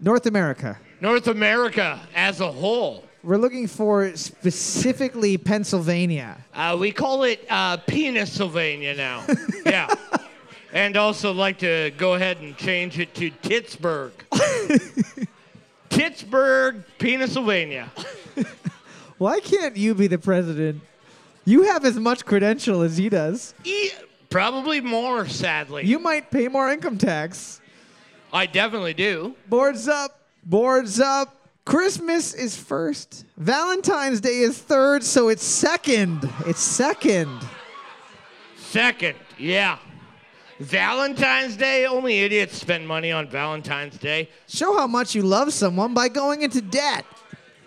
North America. North America as a whole, We're looking for specifically Pennsylvania. uh, we call it uh, Pennsylvania now. yeah. And also like to go ahead and change it to Pittsburgh. Pittsburgh, Pennsylvania. Why can't you be the president? You have as much credential as he does. E- probably more, sadly. You might pay more income tax. I definitely do. Boards up. Boards up. Christmas is first. Valentine's Day is third, so it's second. It's second. Second, yeah. Valentine's Day, only idiots spend money on Valentine's Day. Show how much you love someone by going into debt.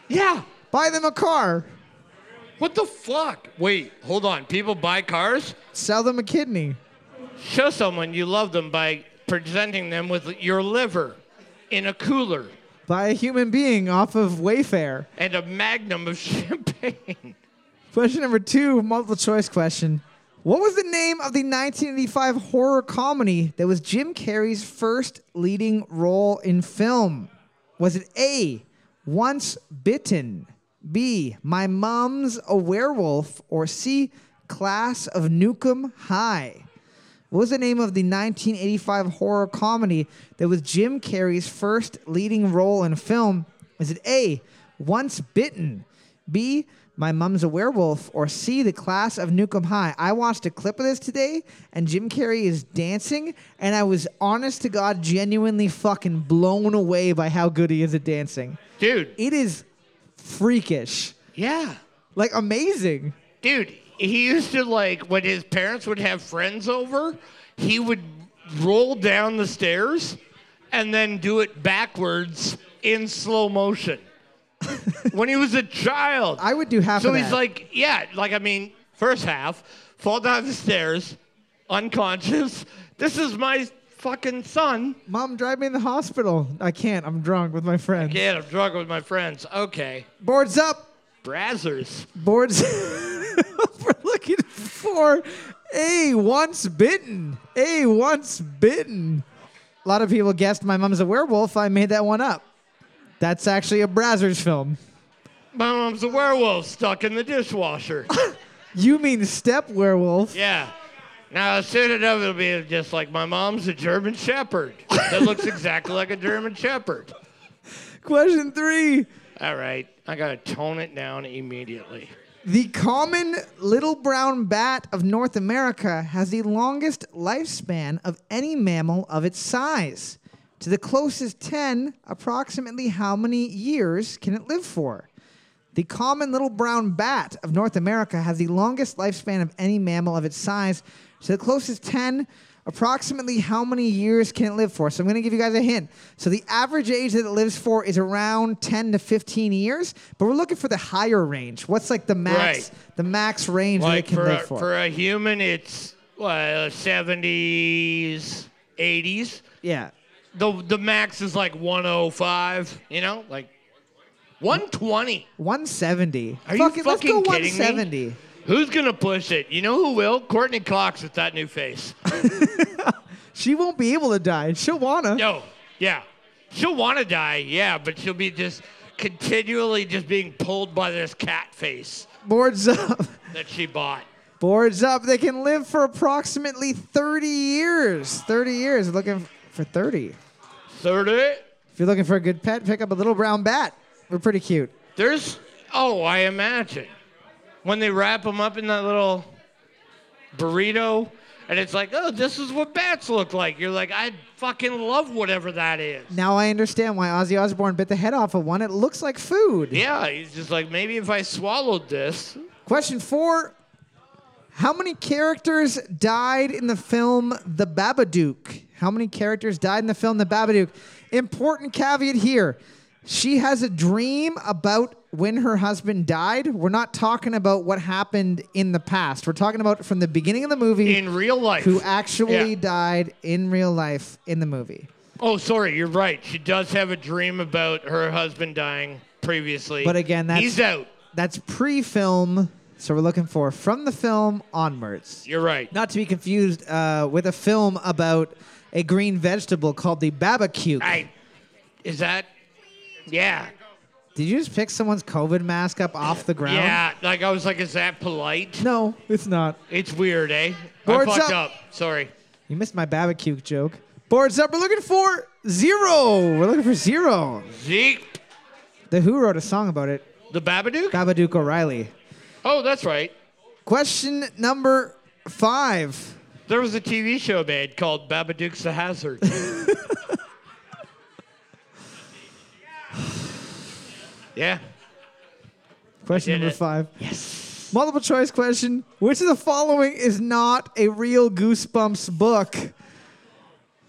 Yeah. Buy them a car. What the fuck? Wait, hold on. People buy cars? Sell them a kidney. Show someone you love them by presenting them with your liver in a cooler Buy a human being off of Wayfair. and a magnum of *laughs* champagne. Question number two, multiple choice question. What was the name of the 1985 horror comedy that was Jim Carrey's first leading role in film? Was it A, Once Bitten, B, My Mom's a Werewolf, or C, Class of Nukem High? What was the name of the 1985 horror comedy that was Jim Carrey's first leading role in film? Is it A, Once Bitten, B, My Mum's a Werewolf, or C, The Class of Nukem High? I watched a clip of this today, and Jim Carrey is dancing, and I was honest to God, genuinely fucking blown away by how good he is at dancing. Dude, It is freakish, yeah. like amazing. Dude, he used to like when his parents would have friends over, he would roll down the stairs and then do it backwards in slow motion. *laughs* when he was a child. I would do half So of he's that. like, yeah, like I mean, first half, fall down the stairs, unconscious. This is my fucking son. Mom, drive me in the hospital. I can't. I'm drunk with my friends. Yeah, I'm drunk with my friends. Okay. Boards up. Brazzers. Boards. *laughs* We're looking for a once bitten. A once bitten. A lot of people guessed my mom's a werewolf. I made that one up. That's actually a Brazzers film. My mom's a werewolf stuck in *laughs* the dishwasher. You mean step werewolf? yeah. Now, soon enough, it'll be just like my mom's a German Shepherd that looks exactly like a German Shepherd. Question three. All right. I got to tone it down immediately. The common little brown bat of North America has the longest lifespan of any mammal of its size. To the closest 10, approximately how many years can it live for? The common little brown bat of North America has the longest lifespan of any mammal of its size. To the closest 10, approximately how many years can it live for? So I'm going to give you guys a hint. So the average age that it lives for is around 10 to 15 years, but we're looking for the higher range. What's like the max Right. the max range that it Like can for a, live for? for a human, it's well, 70s, 80s. yeah. The, the max is like 105, you know, like 120. 170. Are you Fuck it, let's go fucking kidding me? 170. Who's going to push it? You know who will? Courtney Cox with that new face. She won't be able to die. She'll wanna. No, yeah. She'll want to die, yeah, but she'll be just continually just being pulled by this cat face Boards up. *laughs* that she bought. Boards up. They can live for approximately 30 years. 30 years. Looking for 30. Thirty. If you're looking for a good pet, pick up a little brown bat. We're pretty cute. There's, oh, I imagine. When they wrap them up in that little burrito, and it's like, oh, this is what bats look like. You're like, I fucking love whatever that is. Now I understand why Ozzy Osbourne bit the head off of one. It looks like food. Yeah, he's just like, maybe if I swallowed this, Question four How many characters died in the film The Babadook? How many characters died in the film The Babadook? Important caveat here. She has a dream about when her husband died. We're not talking about what happened in the past. We're talking about from the beginning of the movie in real life. who actually Yeah. died in real life in the movie. Oh, sorry, you're right. She does have a dream about her husband dying previously. But again, that's- he's out. That's pre film. So we're looking for from the film onwards. You're right. not to be confused uh, with a film about a green vegetable called the babacuke. I, is that? Yeah, Did you just pick someone's COVID mask up off the ground? yeah. Like I was like, is that polite? No, it's not. It's weird, eh? Boards I fucked up. up. Sorry. You missed my babacuke joke. Boards up. We're looking for zero. We're looking for zero. Zeke, The Who wrote a song about it. the Babadook. Babadook O'Reilly. Oh, that's right. Question number five. There was a TV show made called Babadook's the *laughs* Hazard. yeah. Question I did number it. five. Yes. Multiple choice question. Which of the following is not a real Goosebumps book?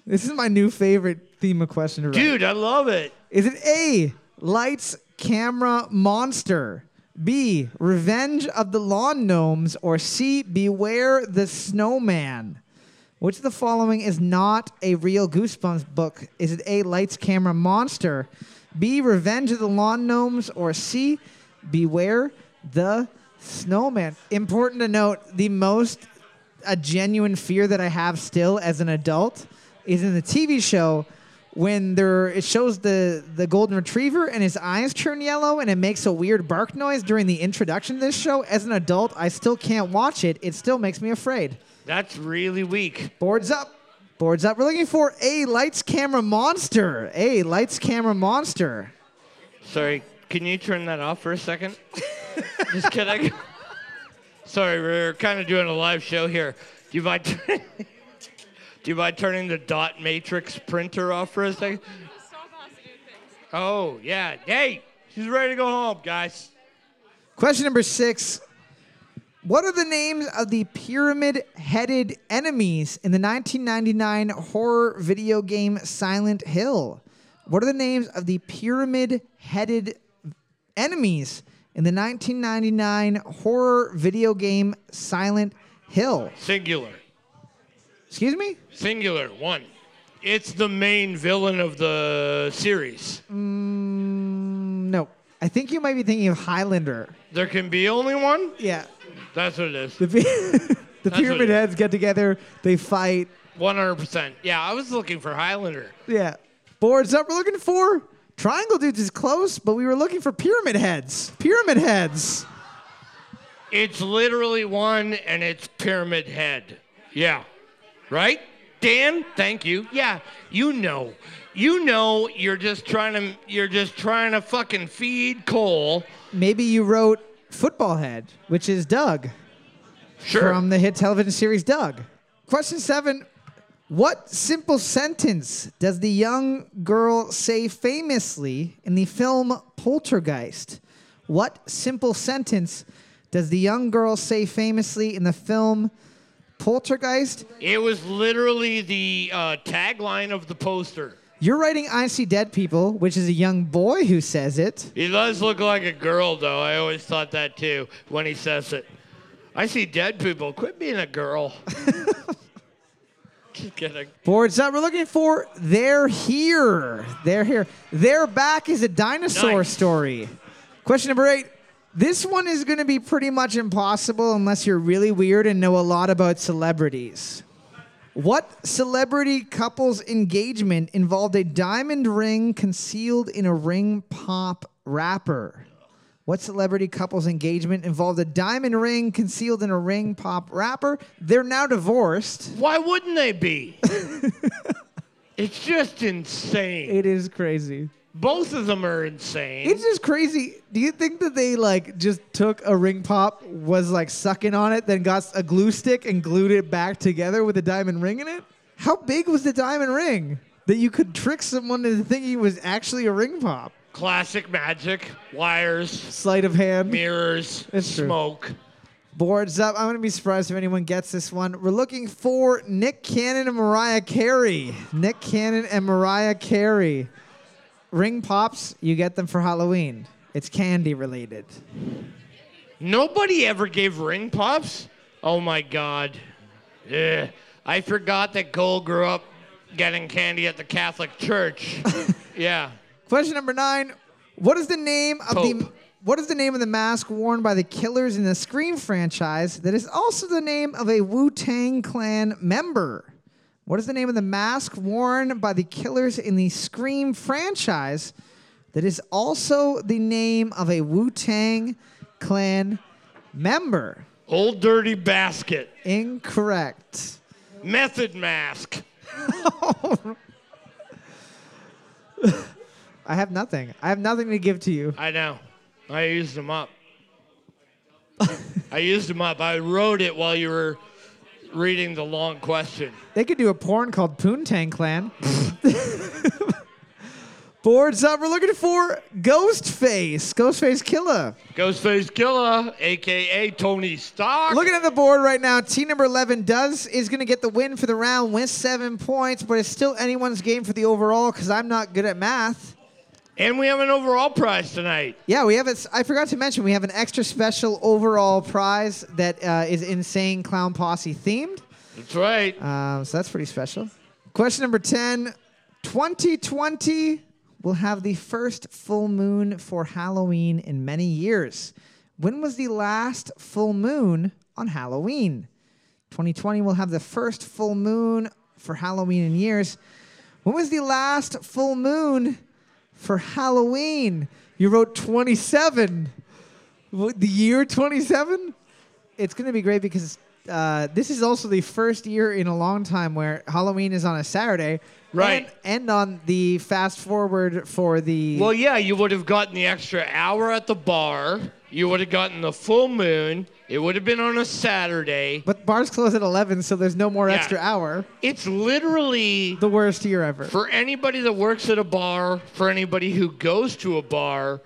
This is my new favorite theme of question. to write. Dude, I love it. Is it A, Lights, Camera, Monster? B, Revenge of the Lawn Gnomes? Or C, Beware the Snowman? Which of the following is not a real Goosebumps book? Is it A, Lights, Camera, Monster? B, Revenge of the Lawn Gnomes? Or C, Beware the Snowman? Important to note the most a genuine fear that I have still as an adult is in the TV show when there it shows the the golden retriever and his eyes turn yellow and it makes a weird bark noise during the introduction to this show. As an adult, I still can't watch it. It still makes me afraid. That's really weak. Boards up. Boards up. We're looking for a lights camera monster. A lights camera monster. Sorry, can you turn that off for a second? Just kidding. *laughs* Sorry, we're kind of doing a live show here. Do you mind? turning- Do you mind turning the dot matrix printer off for a second? Oh yeah. Hey, she's ready to go home, guys. Question number six. What are the names of the pyramid headed enemies in the 1999 horror video game Silent Hill? What are the names of the pyramid headed enemies in the 1999 horror video game Silent Hill? Singular. Excuse me? Singular. One. It's the main villain of the series. No. I think you might be thinking of Highlander. There can be only one. Yeah. That's what it is. The, py- *laughs* the what pyramid it is. heads get together, they fight. One hundred percent. Yeah, I was looking for Highlander. Yeah. Boards up, we're looking for Triangle Dudes is close, but we were looking for Pyramid Heads. Pyramid Heads. It's literally one, and it's Pyramid Head. Yeah, right, Dan. Thank you. Yeah, you know, you know, you're just trying to, you're just trying to fucking feed Cole. Maybe you wrote Football Head, which is Doug Sure. from the hit television series Doug. Question seven What simple sentence does the young girl say famously in the film Poltergeist? What simple sentence does the young girl say famously in the film Poltergeist? it was literally the uh, tagline of the poster. You're writing I See Dead People, which is a young boy who says it. He does look like a girl, though. I always thought that too when he says it. I see dead people. Quit being *laughs* a girl. Just kidding. Boards up. We're looking for They're Here. They're Here. They're Back is a dinosaur Nice. story. Question number eight. This one is going to be pretty much impossible unless you're really weird and know a lot about celebrities. What celebrity couple's engagement involved a diamond ring concealed in a ring pop wrapper? What celebrity couple's engagement involved a diamond ring concealed in a ring pop wrapper? They're now divorced. Why wouldn't *laughs* they be? it's just insane. It is crazy. Both of them are insane. It's just crazy. Do you think that they like just took a ring pop, was like sucking on it, then got a glue stick and glued it back together with a diamond ring in it? How big was the diamond ring that you could trick someone into thinking it was actually a ring pop? Classic magic, wires, Sleight of hand. mirrors, It's true. smoke. Boards up. I'm gonna be surprised if anyone gets this one. We're looking for Nick Cannon and Mariah Carey. Nick Cannon and Mariah Carey. Ring pops, you get them for Halloween. It's candy related. Nobody ever gave ring pops. Oh my god. Ugh. I forgot that Cole grew up getting candy at the Catholic Church. yeah. Question number nine: What is the name of the Pope. What is the name of the mask worn by the killers in the Scream franchise that is also the name of a Wu Tang Clan member? What is the name of the mask worn by the killers in the Scream franchise that is also the name of a Wu Tang Clan member? Old dirty basket. Incorrect. Method mask. I have nothing. I have nothing to give to you. I know. I used them up. I used them up. I wrote it while you were reading the long question. They could do a porn called Poontang Clan. Boards up. We're looking for Ghostface. Ghostface Killer. Ghostface Killer, aka Tony Stark. Looking at the board right now, team number 11 does is going to get the win for the round with seven points, but it's still anyone's game for the overall because I'm not good at math. and we have an overall prize tonight. Yeah, we have it. I forgot to mention we have an extra special overall prize that uh, is insane clown posse themed. That's right. Um, so that's pretty special. Question number 10 2020 will have the first full moon for Halloween in many years. When was the last full moon on Halloween? 2020 will have the first full moon for Halloween in years. When was the last full moon for Halloween? You wrote 27. What, the year 27? It's going to be great because uh, this is also the first year in a long time where Halloween is on a Saturday. Right. And, and on the fast forward for the. Well, yeah, you would have gotten the extra hour at the bar. You would have gotten the full moon. It would have been on a Saturday. but bars close at 11, so there's no more Yeah. extra hour. It's literally The worst year ever. for anybody that works at a bar, for anybody who goes to a bar,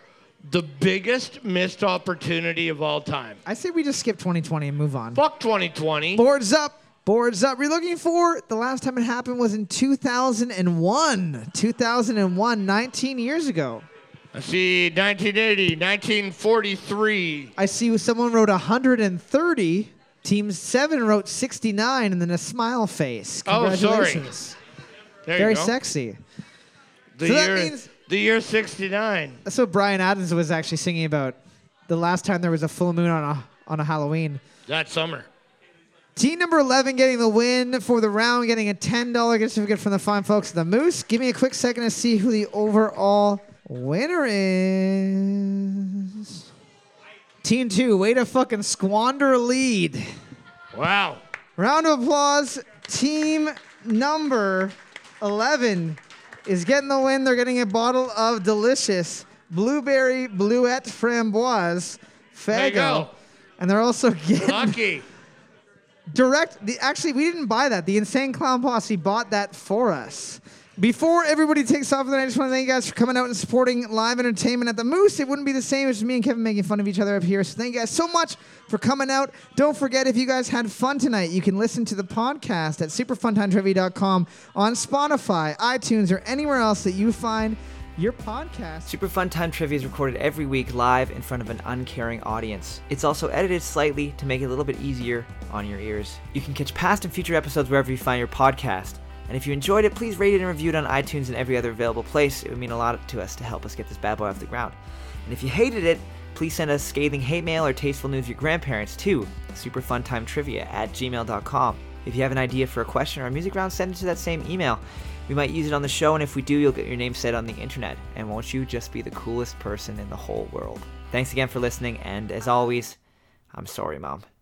the biggest missed opportunity of all time. I say we just skip 2020 and move on. Fuck 2020. Boards up. Boards up. We're looking for the last time it happened was in 2001. 2001, 19 years ago. I see 1980, 1943. I see someone wrote 130. Team 7 wrote 69 and then a smile face. Oh, sorry. Congratulations. There Very you go. sexy. The So that year, means- the year 69. That's what Brian Adams was actually singing about the last time there was a full moon on a, on a Halloween. That summer. Team number 11 getting the win for the round, getting a $10 gift certificate from the fine folks at the Moose. Give me a quick second to see who the overall winner is. Team 2, way to fucking squander a lead. Wow. Round of applause. Team number 11 is getting the win. They're getting a bottle of delicious blueberry bluette framboise There you Fago. go. And they're also *laughs* getting Lucky. direct the actually we didn't buy that the insane clown posse bought that for us before everybody takes off tonight, I just want to thank you guys for coming out and supporting live entertainment at the Moose. It wouldn't be the same as me and Kevin making fun of each other up here. So thank you guys so much for coming out. Don't forget if you guys had fun tonight, you can listen to the podcast at superfuntimetrivia.com on Spotify, iTunes, or anywhere else that you find your podcast. Super Fun Time Trivia is recorded every week live in front of an uncaring audience. It's also edited slightly to make it a little bit easier on your ears. You can catch past and future episodes wherever you find your podcast. And if you enjoyed it, please rate it and review it on iTunes and every other available place. It would mean a lot to us to help us get this bad boy off the ground. And if you hated it, please send us scathing hate mail or tasteful news of your grandparents to superfuntimetrivia at gmail.com. If you have an idea for a question or a music round, send it to that same email. We might use it on the show, and if we do, you'll get your name said on the internet. And won't you just be the coolest person in the whole world? Thanks again for listening, and as always, I'm sorry, Mom.